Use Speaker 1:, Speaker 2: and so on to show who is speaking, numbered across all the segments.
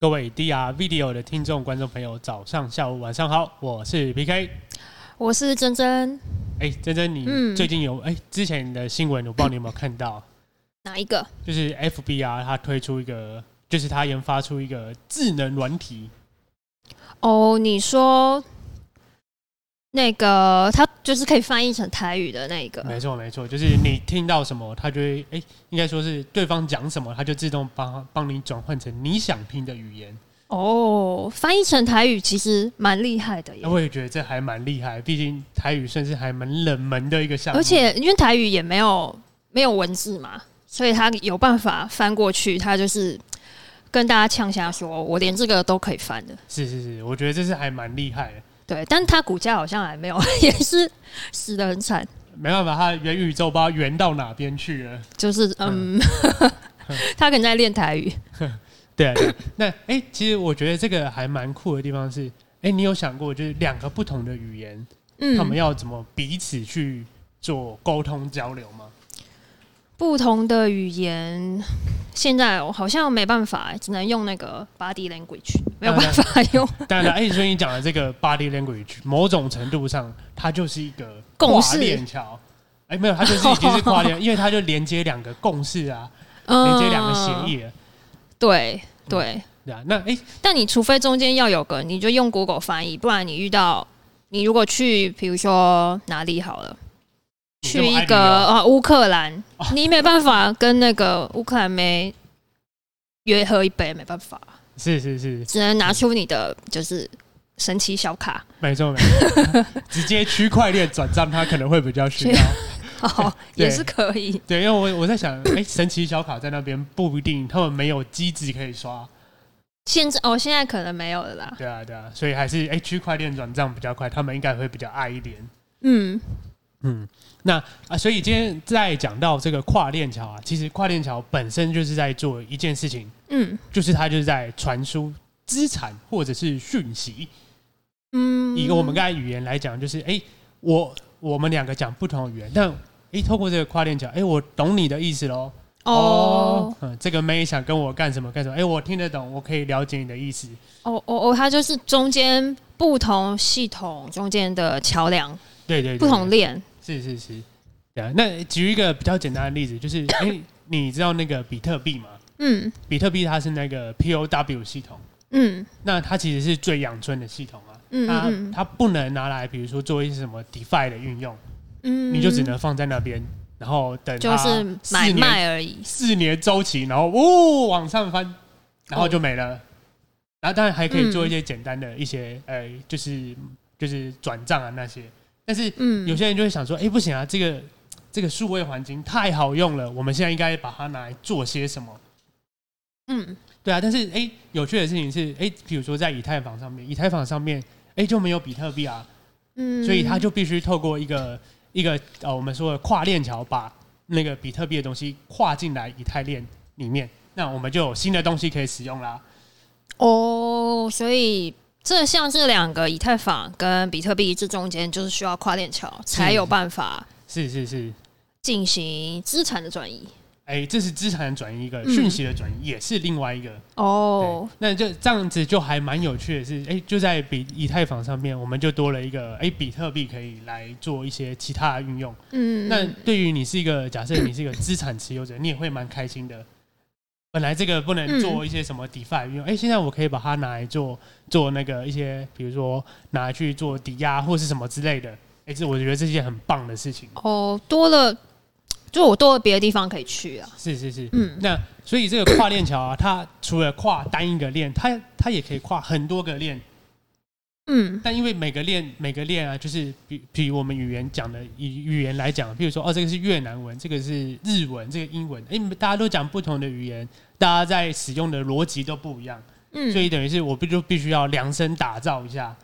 Speaker 1: 各位 DR Video 的听众、观众朋友，早上、下午、晚上好，我是 PK。
Speaker 2: 我是珍珍，
Speaker 1: 哎、珍珍，你
Speaker 2: 嗯
Speaker 1: 最近有哎、之前的新闻，我不知道你有没有看到，
Speaker 2: 哪一个？
Speaker 1: 就是 FB 啊，它推出一个，就是它研发出一个智能软体，
Speaker 2: 哦，你说那个，它就是可以翻译成台语的那一个。
Speaker 1: 没错没错，就是你听到什么，它就会哎、应该说是对方讲什么，它就自动帮帮你转换成你想听的语言。
Speaker 2: 哦，翻译成台语其实蛮厉害的耶
Speaker 1: 那，我也觉得这还蛮厉害，毕竟台语算是还蛮冷门的一个项目，
Speaker 2: 而且因为台语也没有没有文字嘛，所以它有办法翻过去，它就是跟大家呛下说，我连这个都可以翻的。
Speaker 1: 是是是，我觉得这是还蛮厉害的。
Speaker 2: 对，但它股价好像还没有， 也是死的很惨，
Speaker 1: 没办法，它元宇宙不知道圆到哪边去了。
Speaker 2: 就是 嗯，他可能在练台语。
Speaker 1: 对啊，对啊那哎、诶其实我觉得这个还蛮酷的地方是，哎、你有想过就是两个不同的语言，
Speaker 2: 嗯，
Speaker 1: 他们要怎么彼此去做沟通交流吗？
Speaker 2: 不同的语言，现在我好像没办法，只能用那个 body language，没有办法用
Speaker 1: 当然 了，哎、所以你讲的这个 body language，某种程度上它就是一个
Speaker 2: 共
Speaker 1: 跨
Speaker 2: 识
Speaker 1: 链桥。哎、没有，它就是已经是跨 链，因为它就连接两个共识啊，
Speaker 2: 嗯
Speaker 1: 连接两个协
Speaker 2: 议。
Speaker 1: 议了，啊
Speaker 2: 对对，
Speaker 1: 对啊。那哎、诶
Speaker 2: 但你除非中间要有个，你就用 Google 翻译，不然你遇到你如果去，比如说哪里好了，
Speaker 1: 你
Speaker 2: 去
Speaker 1: 这么爱旅
Speaker 2: 一个
Speaker 1: 游哦
Speaker 2: 啊乌克兰，你没办法跟那个乌克兰没约喝一杯，没办法，
Speaker 1: 是是是，
Speaker 2: 只能拿出你的就是神奇小卡，
Speaker 1: 没错没错， 直接区块链转账它可能会比较需要。
Speaker 2: 哦，
Speaker 1: 对
Speaker 2: 也是可以。
Speaker 1: 对，因为我我在想，哎、神奇小卡在那边不一定，他们没有机制可以刷，
Speaker 2: 现在哦，现在可能没有了啦。
Speaker 1: 对啊，对啊，所以还是哎，区块链转账比较快，他们应该会比较爱一点。
Speaker 2: 嗯，
Speaker 1: 嗯，那啊，所以今天在讲到这个跨链桥啊，其实跨链桥本身就是在做一件事情，
Speaker 2: 嗯
Speaker 1: 就是它就是在传输资产或者是讯息。
Speaker 2: 嗯，
Speaker 1: 以我们刚才语言来讲，就是哎、诶我我们两个讲不同的语言，但哎、诶透过这个跨链桥，哎、我懂你的意思喽。
Speaker 2: 哦，
Speaker 1: 嗯，这个妹想跟我干什么干什么？哎、我听得懂，我可以了解你的意思。
Speaker 2: 哦哦哦，它就是中间不同系统中间的桥梁，
Speaker 1: 对对对，
Speaker 2: 不同链。
Speaker 1: 是是是，对啊。那举一个比较简单的例子，就是哎、你知道那个比特币吗？
Speaker 2: 嗯
Speaker 1: 比特币它是那个 POW 系统，
Speaker 2: 嗯
Speaker 1: 那它其实是最养尊的系统啊。
Speaker 2: 嗯
Speaker 1: 它
Speaker 2: 嗯
Speaker 1: 它不能拿来，比如说做一些什么 DeFi 的运用，
Speaker 2: 嗯，
Speaker 1: 你就只能放在那边，然后等它
Speaker 2: 就是
Speaker 1: 四
Speaker 2: 买
Speaker 1: 年
Speaker 2: 卖而已。
Speaker 1: 四年周期，然后哦往上翻，然后就没
Speaker 2: 哦
Speaker 1: 了。然后当然还可以做一些简单的一些，呃，就是就是转账啊那些。但是有
Speaker 2: 嗯
Speaker 1: 些人就会想说，哎、不行啊，这个这个数位环境太好用了，我们现在应该把它拿来做些什么？
Speaker 2: 嗯，
Speaker 1: 对啊，但是哎、有趣的事情是，哎、比如说在以太坊上面，以太坊上面，哎、就没有比特币啊，
Speaker 2: 嗯，
Speaker 1: 所以他就必须透过一个一个呃，我们说的跨链桥，把那个比特币的东西跨进来以太链里面，那我们就有新的东西可以使用啦。
Speaker 2: 哦，所以这像这两个以太坊跟比特币这中间就是需要跨链桥才有办法
Speaker 1: 是是是，
Speaker 2: 进行资产的转移。
Speaker 1: 哎、这是资产的转移一个，
Speaker 2: 嗯
Speaker 1: 讯息的转移也是另外一个。
Speaker 2: 哦
Speaker 1: 哦，，那就这样子就还蛮有趣的是，哎、就在比以太坊上面，我们就多了一个哎、比特币可以来做一些其他的运用。
Speaker 2: 嗯，
Speaker 1: 那对于你是一个假设你是一个资产持有者，你也会蛮开心的。本来这个不能做一些什么 DeFi 运用，哎、现在我可以把它拿来做做那个一些，比如说拿来去做抵押或是什么之类的。哎、这我觉得这是一件很棒的事情。
Speaker 2: 哦，多了，就我多了别的地方可以去啊。
Speaker 1: 是是是，
Speaker 2: 嗯
Speaker 1: 那所以这个跨链桥啊，它除了跨单一个链，它它也可以跨很多个链。
Speaker 2: 嗯
Speaker 1: 但因为每个链每个链啊，就是比比我们语言讲的以语言来讲，譬如说哦，这个是越南文，这个是日文，这个英文，哎、大家都讲不同的语言，大家在使用的逻辑都不一样，
Speaker 2: 嗯，
Speaker 1: 所以等于是我必就必须要量身打造一下，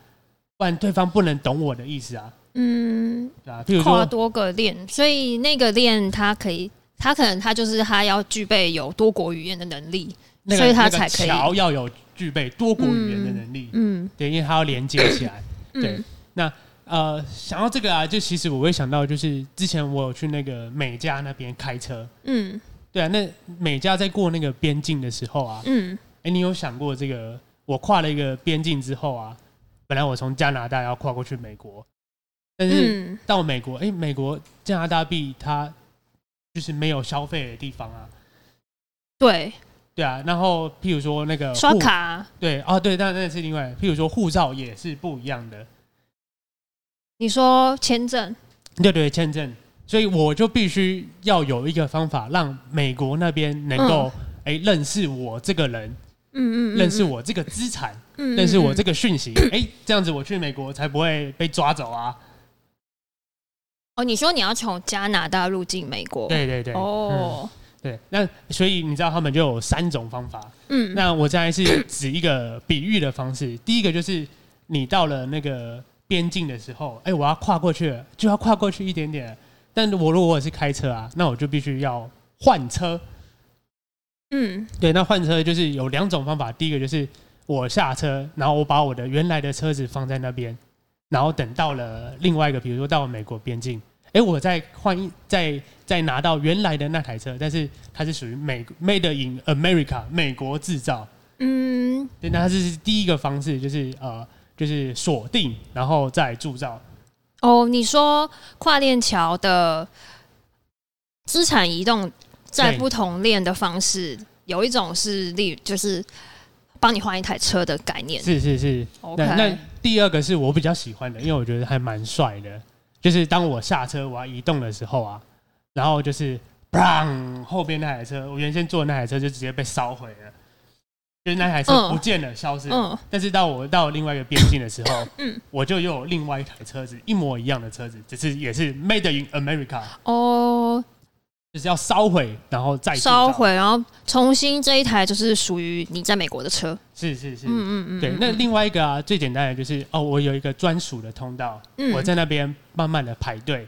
Speaker 1: 不然对方不能懂我的意思啊，
Speaker 2: 嗯，
Speaker 1: 对吧、譬如
Speaker 2: 跨
Speaker 1: 说，
Speaker 2: 多个链，所以那个链它可以，它可能它就是它要具备有多国语言的能力。
Speaker 1: 那个
Speaker 2: 所以它
Speaker 1: 那个
Speaker 2: 才可以
Speaker 1: 桥要有具备多国语言的能力，
Speaker 2: 嗯
Speaker 1: 对，因为它要连接起来。对
Speaker 2: 嗯，
Speaker 1: 呃，想到这个啊，就其实我会想到，就是之前我有去那个美加那边开车，
Speaker 2: 嗯
Speaker 1: 对啊，那美加在过那个边境的时候啊，
Speaker 2: 嗯
Speaker 1: 哎，你有想过这个？我跨了一个边境之后啊，本来我从加拿大要跨过去美国，但是
Speaker 2: 嗯，
Speaker 1: 到美国，哎，美国加拿大币它就是没有消费的地方啊，
Speaker 2: 对，
Speaker 1: 对啊。然后譬如说那个
Speaker 2: 刷
Speaker 1: 护
Speaker 2: 卡、
Speaker 1: 对啊，对，但那是另外，譬如说护照也是不一样的，
Speaker 2: 你说签证，
Speaker 1: 对对，签证，所以我就必须要有一个方法，让美国那边能够哎、诶认识我这个人，
Speaker 2: 嗯嗯嗯，嗯
Speaker 1: 认识，我这个资产，
Speaker 2: 嗯
Speaker 1: 认识我这
Speaker 2: 个，
Speaker 1: 个讯息，哎、这样子我去美国才不会被抓走啊。
Speaker 2: 哦，你说你要从加拿大入境美国，，
Speaker 1: 对对对，嗯，
Speaker 2: 哦，
Speaker 1: 对，那所以你知道他们就有三种方法，
Speaker 2: 嗯，
Speaker 1: 那我现在是指一个比喻的方式，第一个就是你到了那个边境的时候，哎、我要跨过去了，就要跨过去一点点了。但我如果我是开车啊，那我就必须要换车。
Speaker 2: 嗯
Speaker 1: 对，那换车就是有两种方法，第一个就是我下车，然后我把我的原来的车子放在那边，然后等到了另外一个，比如说到美国边境，哎、我再换一再再拿到原来的那台车，但是它是属于美 Made in America 美国制造。
Speaker 2: 嗯，
Speaker 1: 对，那它是第一个方式，就是呃，就是锁定，然后再铸造。
Speaker 2: 哦，你说跨链桥的资产移动在
Speaker 1: 对
Speaker 2: 不同链的方式，有一种是例就是帮你换一台车的概念
Speaker 1: 是是是。
Speaker 2: ，OK，
Speaker 1: 那那第二个是我比较喜欢的，因为我觉得还蛮帅的。就是当我下车我要移动的时候啊，然后就是砰，后边那台车，我原先坐的那台车就直接被烧毁了，就是那台车
Speaker 2: 嗯
Speaker 1: 不见了，消失了。
Speaker 2: 嗯
Speaker 1: 但是到我到另外一个边境的时 候，我就又有另外一台车子，一模一样的车子，只是也是 Made in America，
Speaker 2: 哦，
Speaker 1: 就是要烧毁，然后再铸造
Speaker 2: 烧。毁，然后重新这一台就是属于你在美国的车，
Speaker 1: 是是是，
Speaker 2: 嗯嗯嗯，
Speaker 1: 对，
Speaker 2: 嗯
Speaker 1: 那另外一个啊，最简单的就是哦，我有一个专属的通道，
Speaker 2: 嗯
Speaker 1: 我在那边慢慢的排队，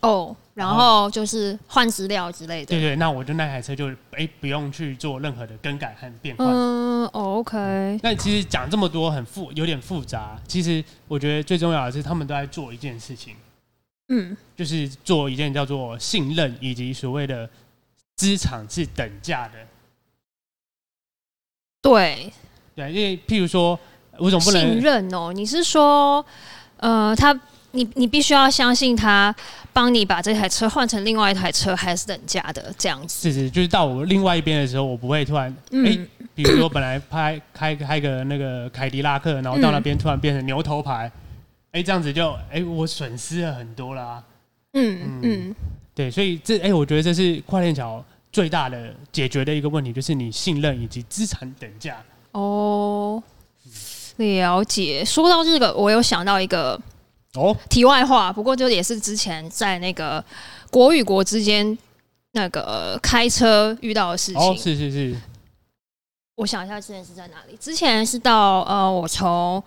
Speaker 2: 哦，然
Speaker 1: 然
Speaker 2: 后就是换资料之类
Speaker 1: 对
Speaker 2: 的，
Speaker 1: 对，那我就那台车就哎、不用去做任何的更改和变换。
Speaker 2: 嗯哦，OK，
Speaker 1: 那其实讲这么多很复有点复杂，其实我觉得最重要的是他们都在做一件事情，
Speaker 2: 嗯
Speaker 1: 就是做一件叫做信任以及所谓的资产是等价的。
Speaker 2: 对，
Speaker 1: 对，因为譬如说，我总不
Speaker 2: 信
Speaker 1: 能
Speaker 2: 任哦，你是说，呃，他你你必须要相信他帮你把这台车换成另外一台车还是等价的这样子，
Speaker 1: 是是，就是到我另外一边的时候，我不会突然
Speaker 2: 嗯、
Speaker 1: 诶比如说本来拍开开个那个凯迪拉克，然后到
Speaker 2: 嗯
Speaker 1: 那边突然变成牛头牌，哎、这样子就哎、我损失了很多啦、
Speaker 2: 嗯嗯
Speaker 1: 对，所以这哎、我觉得这是跨链桥最大的解决的一个问题，就是你信任以及资产等价。
Speaker 2: 哦，了解。说到这个，我有想到一个
Speaker 1: 哦，
Speaker 2: 题外话，不过就也是之前在那个国与国之间那个开车遇到的事情，
Speaker 1: 哦，是是是，
Speaker 2: 我想一下，之前是在哪里？之前是到呃，我从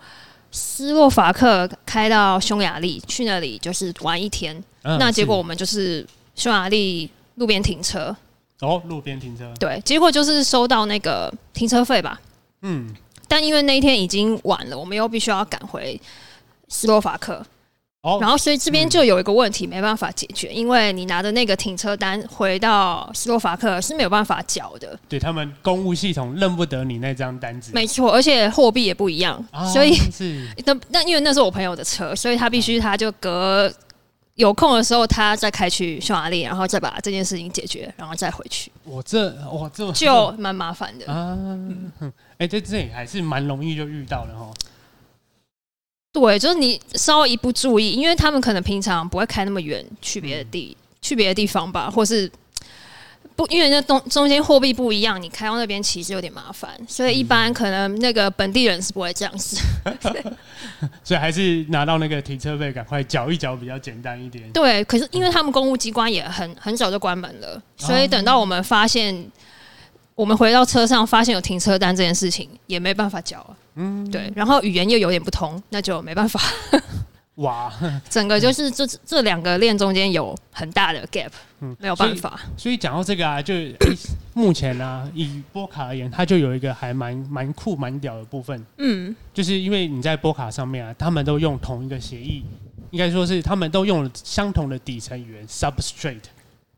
Speaker 2: 斯洛伐克开到匈牙利，去那里就是玩一天。
Speaker 1: 嗯
Speaker 2: 那结果我
Speaker 1: 是
Speaker 2: 们就是匈牙利路边停车，
Speaker 1: 哦，路边停车，
Speaker 2: 对，结果就是收到那个停车费吧。
Speaker 1: 嗯，
Speaker 2: 但因为那一天已经晚了，我们又必须要赶回斯洛伐克，
Speaker 1: 哦，
Speaker 2: 然后所以这边
Speaker 1: 嗯
Speaker 2: 就有一个问题没办法解决，因为你拿的那个停车单回到斯洛伐克是没有办法缴的。
Speaker 1: 对他们公务系统认不得你那张单子，
Speaker 2: 没错，而且货币也不一样，
Speaker 1: 啊，
Speaker 2: 所以
Speaker 1: 是
Speaker 2: 那那因为那是我朋友的车，所以他必须他就隔有空的时候他再开去匈牙利，然后再把这件事情解决，然后再回去，
Speaker 1: 我这我这
Speaker 2: 就蛮麻烦的。
Speaker 1: 啊，哼哎、这这也还是蛮容易就遇到了哈。
Speaker 2: 对，就是你稍微一不注意，因为他们可能平常不会开那么远去别的地、去别的地方吧，或是。不，因为那中中间货币不一样，你开到那边其实有点麻烦，所以一般可能那个本地人是不会这样子。
Speaker 1: 所以还是拿到那个停车费，赶快缴一缴比较简单一点。
Speaker 2: 对，可是因为他们公务机关也很很早就关门了，所以等到我们发现，我们回到车上发现有停车单这件事情，也没办法缴了。嗯，对，然后语言又有点不通，那就没办法。
Speaker 1: 哇，
Speaker 2: 整个就是这这两个链中间有很大的 gap，
Speaker 1: 嗯
Speaker 2: 没有办法。
Speaker 1: 所以讲到这个啊，就、诶目前啊，以波卡而言，它就有一个还蛮蛮酷蛮屌的部分，
Speaker 2: 嗯，
Speaker 1: 就是因为你在波卡上面啊，他们都用同一个协议，应该说是他们都用了相同的底层语言 substrate。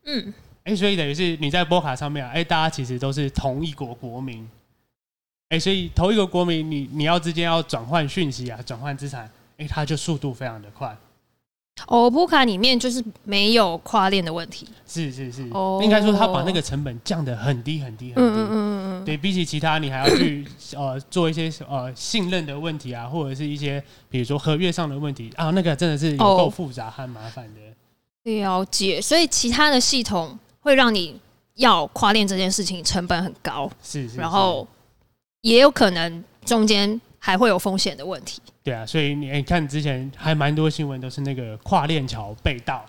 Speaker 2: 嗯，
Speaker 1: 哎、所以等于是你在波卡上面啊，哎、大家其实都是同一国国民，哎、所以同一个国民，你你要之间要转换讯息啊，转换资产，哎、它就速度非常的快。
Speaker 2: 欧普卡里哦面就是没有跨链的问题。
Speaker 1: 是是是，
Speaker 2: 哦
Speaker 1: 应该说它把那个成本降得很低很低很低。
Speaker 2: 嗯嗯嗯嗯嗯，
Speaker 1: 对比起其他，你还要去呃做一些呃信任的问题啊，或者是一些比如说合约上的问题啊，那个真的是有够
Speaker 2: 哦
Speaker 1: 复杂和麻烦的。
Speaker 2: 了解。所以其他的系统会让你要跨链这件事情成本很高，
Speaker 1: 是是是，
Speaker 2: 然后也有可能中间还会有风险的问题。
Speaker 1: 对啊，所以你、哎你看之前还蛮多新闻都是那个跨链桥被盗，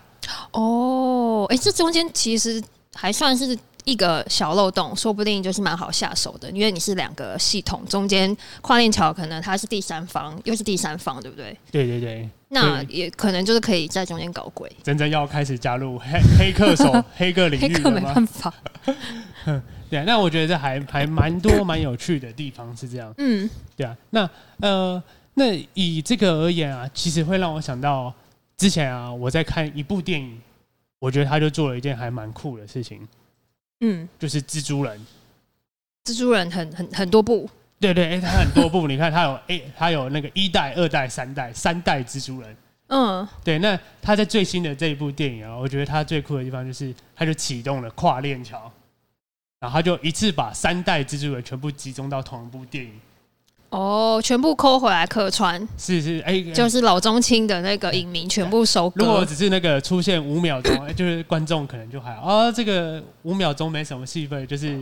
Speaker 2: 哦，哎、这中间其实还算是一个小漏洞，说不定就是蛮好下手的，因为你是两个系统中间跨链桥，可能它是第三方，又是第三方，对不对？
Speaker 1: 对对对，
Speaker 2: 那
Speaker 1: 对
Speaker 2: 也可能就是可以在中间搞鬼，
Speaker 1: 真正要开始加入黑 黑客 手黑客领
Speaker 2: 黑
Speaker 1: 域
Speaker 2: 客
Speaker 1: 了
Speaker 2: 没
Speaker 1: 吗？
Speaker 2: 办法。
Speaker 1: 对啊，那我觉得这还还蛮多蛮有趣的地方是这样。
Speaker 2: 嗯，
Speaker 1: 对啊，那呃，那以这个而言啊，其实会让我想到之前啊，我在看一部电影，我觉得他就做了一件还蛮酷的事情，
Speaker 2: 嗯，
Speaker 1: 就是蜘蛛人。
Speaker 2: 蜘蛛人很很很多部，
Speaker 1: 对对，哎、他很多部，你看他有哎、他有那个一代、二代、三代，三代蜘蛛人。
Speaker 2: 嗯，
Speaker 1: 对，那他在最新的这一部电影啊，我觉得他最酷的地方就是，他就启动了跨链桥，然后他就一次把三代蜘蛛人全部集中到同一部电影。
Speaker 2: 哦，全部抠回来客串，
Speaker 1: 是是，哎、哎
Speaker 2: 就是老中青的那个影迷全部收
Speaker 1: 如果
Speaker 2: 割。
Speaker 1: 只是那个出现五秒钟，哎就是观众可能就还好啊，这个五秒钟没什么戏份，就是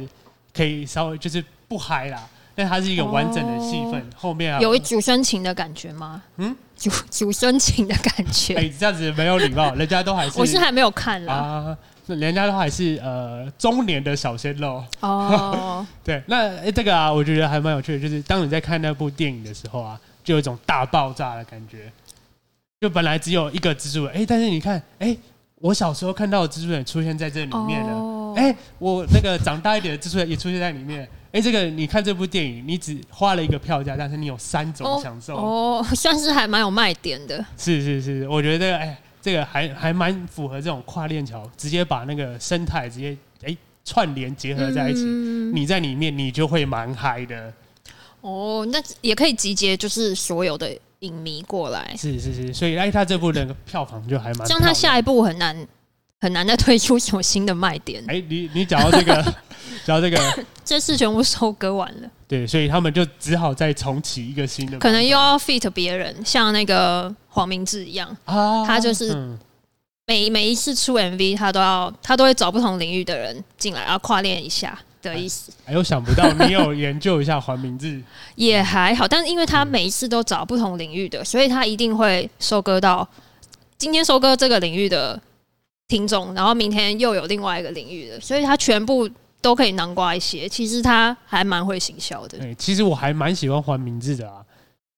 Speaker 1: 可以稍微就是不嗨啦。但它是一个完整的戏份，后面啊
Speaker 2: 哦有一主深情的感觉吗？
Speaker 1: 嗯
Speaker 2: 嗯，主主深情的感觉。
Speaker 1: 哎、这样子没有礼貌，人家都还是
Speaker 2: 我是还没有看啦。
Speaker 1: 啊，那人家都还是呃中年的小鲜肉。
Speaker 2: 哦，
Speaker 1: 对，那、哎这个啊，我觉得还蛮有趣的，就是当你在看那部电影的时候啊，就有一种大爆炸的感觉。就本来只有一个蜘蛛人，哎、但是你看，哎、我小时候看到的蜘蛛人出现在这里面了。
Speaker 2: 哦
Speaker 1: 哎、我那个长大一点的蜘蛛人也出现在里面。哎、这个你看这部电影，你只花了一个票价，但是你有三种享受。
Speaker 2: 哦， 算是还蛮有卖点的。
Speaker 1: 是是是，我觉得哎、这个还还蛮符合这种跨链桥，直接把那个生态直接哎、串联结合在一起。
Speaker 2: 嗯
Speaker 1: 你在里面，你就会蛮嗨的。
Speaker 2: 哦，那也可以集结就是所有的影迷过来，
Speaker 1: 是是是，所以哎，他这部那个票房就还蛮漂亮。
Speaker 2: 这样他下一步很难很难再推出什么新的卖点。
Speaker 1: 哎，你你讲到这 个，讲到这个，
Speaker 2: 这次全部收割完了，
Speaker 1: 对，所以他们就只好再重启一个新的版
Speaker 2: 可
Speaker 1: 本，
Speaker 2: 能又要 fit 别人，像那个黄明志一样，
Speaker 1: 啊
Speaker 2: 他就是
Speaker 1: 嗯
Speaker 2: 每每一次出 MV，他都要他都会找不同领域的人进来，然后跨练一下的意思。
Speaker 1: 哎呦，想不到你有研究一下黄明 志，
Speaker 2: 也还好，但是因为他
Speaker 1: 嗯
Speaker 2: 每一次都找不同领域的，所以他一定会收割到今天收割这个领域的听众，然后明天又有另外一个领域的，所以他全部都可以囊括一些。其实他还蛮会行销的，
Speaker 1: 对，哎其实我还蛮喜欢黄明志的啊，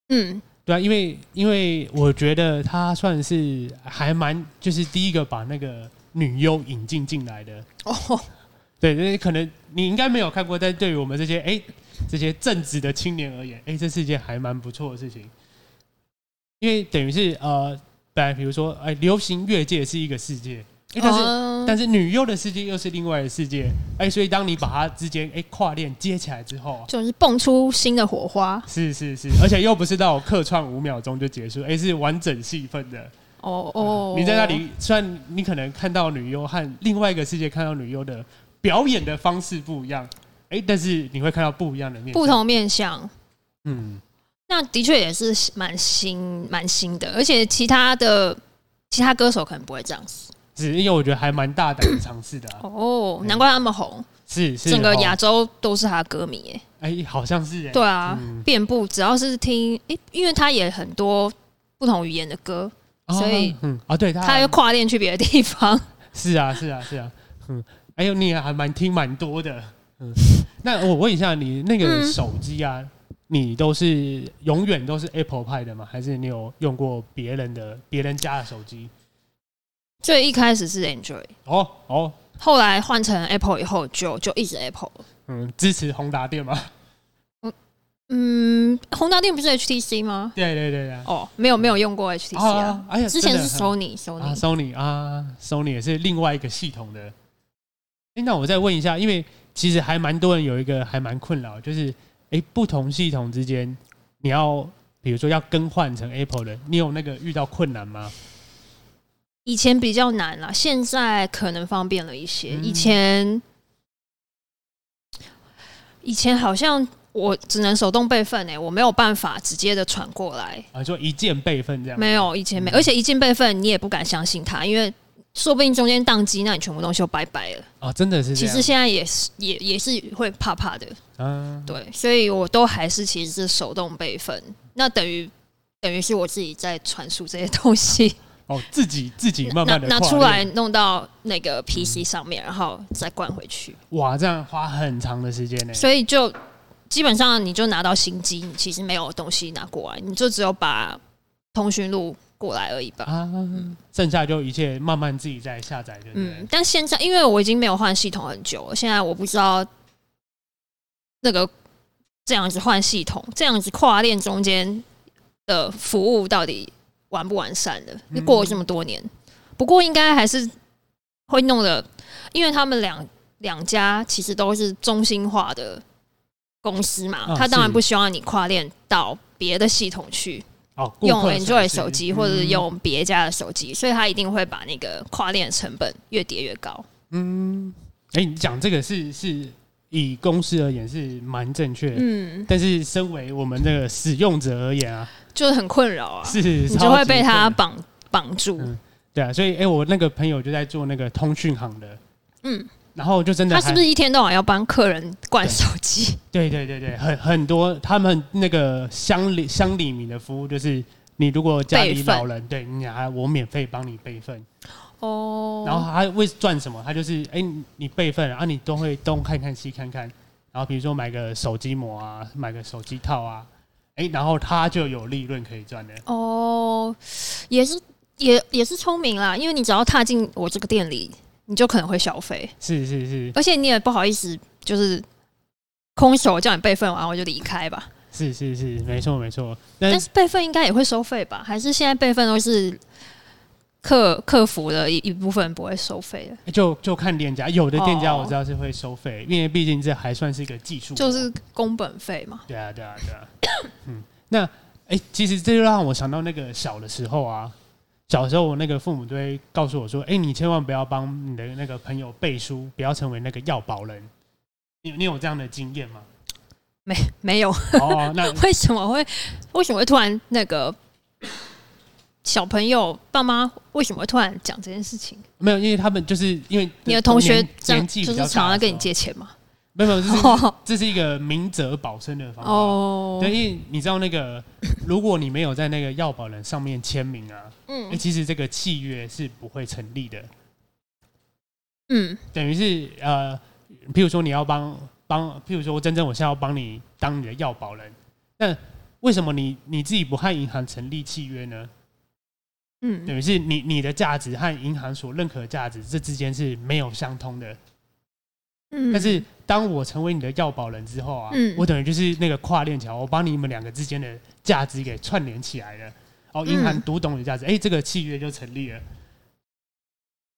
Speaker 2: 嗯，
Speaker 1: 对啊，因为因为我觉得他算是还蛮，就是第一个把那个女优引进进来的，
Speaker 2: 哦，
Speaker 1: 对，那可能你应该没有看过，但对于我们这些哎、这些正直的青年而言，哎、这是一件还蛮不错的事情，因为等于是呃，本来比如说哎、流行乐界是一个世界，哎、但是、
Speaker 2: 嗯
Speaker 1: 但是女优的世界又是另外的世界，哎、所以当你把它之间哎、跨链接起来之后啊。
Speaker 2: 就是蹦出新的火花
Speaker 1: 是是是，而且又不是那种客串五秒钟就结束，哎、是完整戏份的。
Speaker 2: 哦哦。
Speaker 1: 嗯你在那里，虽然你可能看到女优和另外一个世界看到女优的表演的方式不一样，哎、但是你会看到不一样的面。
Speaker 2: 不，同面向，
Speaker 1: 嗯，
Speaker 2: 那的确也是蛮新蛮新的，而且其他的其他歌手可能不会这样子
Speaker 1: 是因为我觉得还蛮大胆的尝试的、啊。
Speaker 2: 哦，难怪他们红。
Speaker 1: 是是，
Speaker 2: 整个亚
Speaker 1: 哦，
Speaker 2: 洲都是他的歌迷耶、
Speaker 1: 哎、好像是、哎，
Speaker 2: 对啊，
Speaker 1: 嗯
Speaker 2: 遍布只要是听，诶、因为他也很多不同语言的歌，
Speaker 1: 啊
Speaker 2: 所以
Speaker 1: 嗯啊，对，他
Speaker 2: 他又跨链去别的地方。
Speaker 1: 是啊，是啊，是啊，嗯，哎呦，你也还蛮听蛮多的， 嗯。那我问一下，你那个
Speaker 2: 嗯
Speaker 1: 手机啊，你都是永远都是 Apple 派的吗？还是你有用过别人的别人家的手机？
Speaker 2: 最一开始是 Android，
Speaker 1: 哦哦，
Speaker 2: 后来换成 Apple 以后就就一直 Apple 了。
Speaker 1: 嗯，支持宏达电吗？
Speaker 2: 嗯，宏达电不是 HTC 吗？
Speaker 1: 对对对对啊。
Speaker 2: 哦，没有没有用过 HTC 啊，
Speaker 1: 哎呀，
Speaker 2: 之前
Speaker 1: 真的
Speaker 2: 是 Sony
Speaker 1: 啊
Speaker 2: Sony。
Speaker 1: ，Sony 啊，Sony 也是另外一个系统的。哎、那我再问一下，因为其实还蛮多人有一个还蛮困扰，就是诶不同系统之间，你要比如说要更换成 Apple 的，你有那个遇到困难吗？
Speaker 2: 以前比较难啦，现在可能方便了一些。
Speaker 1: 嗯
Speaker 2: 以前，以前好像我只能手动备份欸诶、我没有办法直接的传过来。
Speaker 1: 啊，说一键备份这样？
Speaker 2: 没有，以前没，
Speaker 1: 嗯
Speaker 2: 而且一进备份你也不敢相信它，因为说不定中间宕机，那你全部东西就拜拜了。
Speaker 1: 啊，真的是这
Speaker 2: 其
Speaker 1: 样。
Speaker 2: 实现在也是也也是会怕怕的，
Speaker 1: 啊，
Speaker 2: 对，所以我都还是其实是手动备份，那等于等于是我自己在传输这些东西。
Speaker 1: 哦，自己自己慢慢的
Speaker 2: 拿拿出来，弄到那个
Speaker 1: 嗯
Speaker 2: PC 上面，然后再灌回去，
Speaker 1: 哇，这样花很长的时间呢。
Speaker 2: 所以就基本上你就拿到新机，你其实没有东西拿过来，你就只有把通讯录过来而已吧。
Speaker 1: 啊，剩下就一切慢慢自己再下载，对不对
Speaker 2: 嗯，？但现在因为我已经没有换系统很久了，现在我不知道那个这样子换系统，这样子跨链中间的服务到底完不完善了？
Speaker 1: 嗯
Speaker 2: 过了这么多年，不过应该还是会弄的，因为他们两两家其实都是中心化的公司嘛，
Speaker 1: 啊
Speaker 2: 他当然
Speaker 1: 是
Speaker 2: 不希望你跨链到别的系统去。
Speaker 1: 哦，顾
Speaker 2: 用
Speaker 1: 客
Speaker 2: Android
Speaker 1: 手
Speaker 2: 手
Speaker 1: 机
Speaker 2: 机或者是
Speaker 1: 嗯
Speaker 2: 用别家的手机，所以它一定会把那个跨链成本越叠越高。
Speaker 1: 嗯，哎、你讲这个是是以公司而言是蛮正确的，
Speaker 2: 嗯，
Speaker 1: 但是身为我们这个使用者而言啊，
Speaker 2: 就是很困扰啊，
Speaker 1: 是
Speaker 2: 你
Speaker 1: 超
Speaker 2: 就会
Speaker 1: 级
Speaker 2: 被它
Speaker 1: 困难
Speaker 2: 绑绑住。
Speaker 1: 嗯对啊，所以哎、诶我那个朋友就在做那个通讯行的，
Speaker 2: 嗯，
Speaker 1: 然后就真的
Speaker 2: 他是
Speaker 1: 还
Speaker 2: 不是一天到晚要帮客人灌手机？
Speaker 1: 对对对对，很很多他们那个乡里乡里民的服务就是。你如果家里
Speaker 2: 备份
Speaker 1: 老人，对你拿我免费帮你备份，
Speaker 2: 哦，
Speaker 1: 然后他为赚什么？他就是哎、你你备份了啊，你都会东看看西看看，然后比如说买个手机膜啊，买个手机套啊，哎、然后他就有利润可以赚的。
Speaker 2: 哦，也是也也是聪明啦，因为你只要踏进我这个店里，你就可能会消费，
Speaker 1: 是是是
Speaker 2: 而且你也不好意思就是空手叫你备份完我就离开吧。
Speaker 1: 是是是，没错没错。但
Speaker 2: 但是备份应该也会收费吧？还是现在备份都是客客服的一一部分不会收费的？
Speaker 1: 就就看店家，有的店家
Speaker 2: 哦
Speaker 1: 我知道是会收费，因为毕竟这还算是一个技术活，
Speaker 2: 就是工本费嘛。
Speaker 1: 对啊对啊对啊。 嗯，那哎、其实这就让我想到那个小的时候啊。小时候，我那个父母都会告诉我说：“哎、你千万不要帮你的那个朋友背书，不要成为那个要保人。你”你有这样的经验吗？
Speaker 2: 没有，
Speaker 1: 哦，那
Speaker 2: 为什么会为什么会突然那个小朋友爸妈为什么会突然讲这件事情？
Speaker 1: 没有，因为他们就是因为
Speaker 2: 你的同学
Speaker 1: 年
Speaker 2: 这样
Speaker 1: 年纪
Speaker 2: 就是
Speaker 1: 比较大的
Speaker 2: 常常跟你
Speaker 1: 时候，
Speaker 2: 借钱嘛？
Speaker 1: 没有，没有，这是
Speaker 2: 哦
Speaker 1: 这是一个明哲保身的方法。
Speaker 2: 哦，
Speaker 1: 对，因为你知道那个，如果你没有在那个要保人上面签名啊，哎、
Speaker 2: 嗯
Speaker 1: 其实这个契约是不会成立的。
Speaker 2: 嗯
Speaker 1: 等于是呃，譬如说你要帮帮，譬如说真正我现在要帮你当你的要保人，那为什么你你自己不和银行成立契约呢？等
Speaker 2: 嗯，
Speaker 1: 于是你你的价值和银行所认可的价值这之间是没有相通的。
Speaker 2: 嗯
Speaker 1: 但是当我成为你的要保人之后啊，
Speaker 2: 嗯
Speaker 1: 我等于就是那个跨链桥，我把你们两个之间的价值给串联起来了。哦，银行
Speaker 2: 嗯
Speaker 1: 读懂你的价值，哎、这个契约就成立了。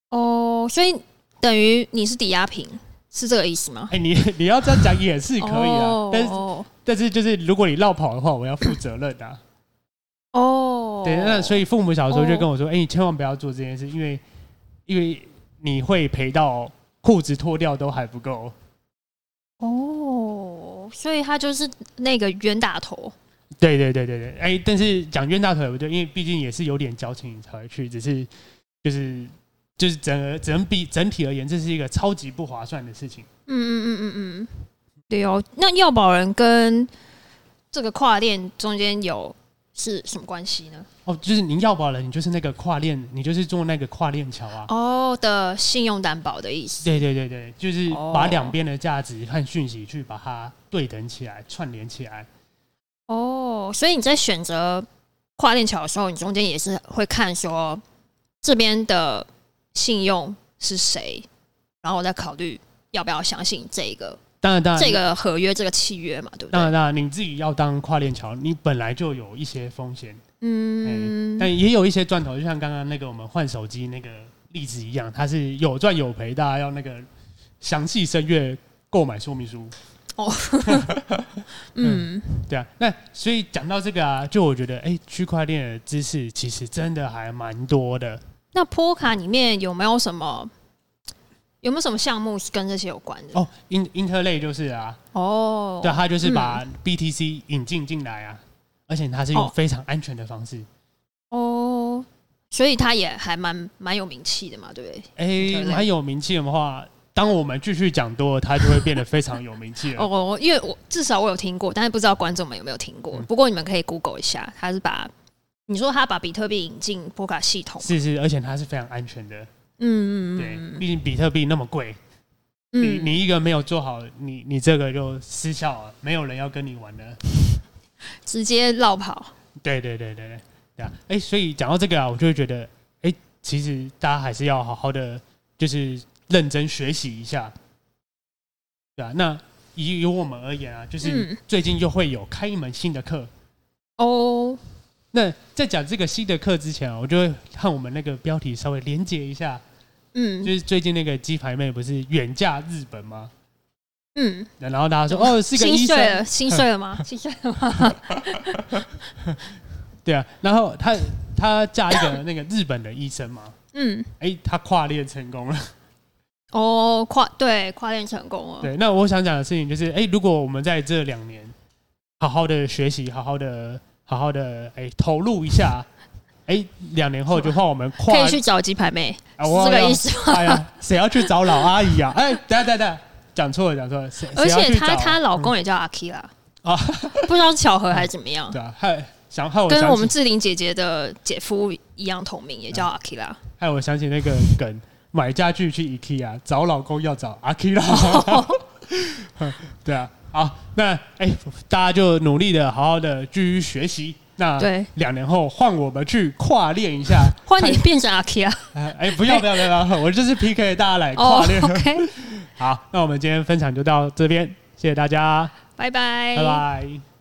Speaker 2: 哦，所以等于你是抵押品，是这个意思吗？
Speaker 1: 哎、你 你要这样讲也是可以啊，
Speaker 2: 哦
Speaker 1: 但是
Speaker 2: 哦
Speaker 1: 但是就是如果你绕跑的话，我要负责任的、啊。
Speaker 2: 哦，
Speaker 1: 对，那所以父母小时候就
Speaker 2: 哦
Speaker 1: 跟我说，哎、你千万不要做这件事，因为因为你会赔到裤子脱掉都还不够。
Speaker 2: 哦，所以他就是那个冤大头。
Speaker 1: 对对对对对，哎、但是讲冤大头也不对，因为毕竟也是有点交情才会去，只是就是就是整个整比整体而言，这是一个超级不划算的事情。
Speaker 2: 嗯嗯嗯嗯嗯，对哦。那要保人跟这个跨链中间有是什么关系呢？
Speaker 1: 哦，就是你要保了，你就是那个跨链，你就是做那个跨链桥啊。
Speaker 2: 哦的信用担保的意思。
Speaker 1: 对对对对，就是把
Speaker 2: 哦
Speaker 1: 两边的价值和讯息去把它对等起来、串联起来。
Speaker 2: 哦，所以你在选择跨链桥的时候，你中间也是会看说这边的信用是谁，然后我再考虑要不要相信这个
Speaker 1: 当然，当然，
Speaker 2: 这个合约这个契约嘛，对不
Speaker 1: 当然，
Speaker 2: 对？
Speaker 1: 当然，你自己要当跨链桥，你本来就有一些风险，
Speaker 2: 嗯，
Speaker 1: 但也有一些赚头，就像刚刚那个我们换手机那个例子啊一样，它是有赚有赔，大家要那个详细审阅购买说明书。
Speaker 2: 嗯，
Speaker 1: 对啊，那所以讲到这个啊，就我觉得，哎、区块链的知识其实真的还蛮多的。
Speaker 2: 那波卡里面有没有什么有没有什么项目是跟这些有关的？
Speaker 1: 哦，英英特类就是啊，
Speaker 2: 哦，
Speaker 1: 对啊，它就是把 BTC 引进进来啊，而且它是用
Speaker 2: 哦
Speaker 1: 非常安全的方式。
Speaker 2: 哦，所以他也还蛮蛮有名气的嘛，对不对？
Speaker 1: 哎、
Speaker 2: 特类
Speaker 1: 蛮有名气的话，当我们继续讲多了，它就会变得非常有名气了。
Speaker 2: 哦，因为我至少我有听过，但是不知道观众们有没有听过。
Speaker 1: 嗯
Speaker 2: 不过你们可以 Google 一下，他是把你说他把比特币引进波卡系统，
Speaker 1: 是是，而且它是非常安全的。
Speaker 2: 嗯
Speaker 1: 对，毕竟比特币那么贵，你
Speaker 2: 嗯，
Speaker 1: 你一个没有做好，你你这个就失效了，没有人要跟你玩了。
Speaker 2: 直接绕跑，
Speaker 1: 对对对对对，对啊，哎、所以讲到这个啊，我就会觉得，哎、其实大家还是要好好的，就是认真学习一下，对啊。那以以我们而言啊，就是
Speaker 2: 嗯
Speaker 1: 最近又会有开一门新的课。
Speaker 2: 哦，
Speaker 1: 那在讲这个新的课之前啊，我就会和我们那个标题稍微连接一下，就
Speaker 2: 嗯
Speaker 1: 是最近那个鸡排妹不是远嫁日本吗？
Speaker 2: 嗯，
Speaker 1: 然后大家说哦是个
Speaker 2: 心
Speaker 1: 医生，
Speaker 2: 碎了，心碎了吗？心碎了吗？
Speaker 1: 对啊，然后她她嫁一个那个日本的医生嘛，
Speaker 2: 嗯，
Speaker 1: 哎、她跨恋成功了。
Speaker 2: 哦，跨对跨恋成功了，
Speaker 1: 对，那我想讲的事情就是，哎、如果我们在这两年好好的学习，好好的好好的哎、投入一下，哎、两年后就换我们跨
Speaker 2: 可以去找鸡排妹，
Speaker 1: 啊，
Speaker 2: 是
Speaker 1: 我
Speaker 2: 这个
Speaker 1: 要
Speaker 2: 意。思吗？
Speaker 1: 哎呀，谁要去找老阿姨啊？哎、等一下等一下等一下，讲错了讲错了，谁
Speaker 2: 而
Speaker 1: 谁要
Speaker 2: 且
Speaker 1: 去
Speaker 2: 她
Speaker 1: 找嗯
Speaker 2: 她老公也叫阿 k 啦，
Speaker 1: 啊
Speaker 2: 不知道是巧合还是怎么样，
Speaker 1: 对啊，害想害我
Speaker 2: 跟
Speaker 1: 想
Speaker 2: 我们
Speaker 1: 起嗯
Speaker 2: 志玲姐姐的姐夫一样同名，也叫阿 k 啦。
Speaker 1: 害我想起那个梗，买家具去 IKEA 找老公要找阿 K 啦。
Speaker 2: 哦
Speaker 1: 对啊，好，那哎、大家就努力的好好的继续学习。那
Speaker 2: 对，
Speaker 1: 两年后换我们去跨练一下，
Speaker 2: 换 你变成阿 k 啊。
Speaker 1: 哎、哎不要不要不要，不要我就是 PK 大家来
Speaker 2: 哦
Speaker 1: 跨练。
Speaker 2: ，OK，
Speaker 1: 好，那我们今天分享就到这边，谢谢大家，
Speaker 2: 拜拜，
Speaker 1: 拜拜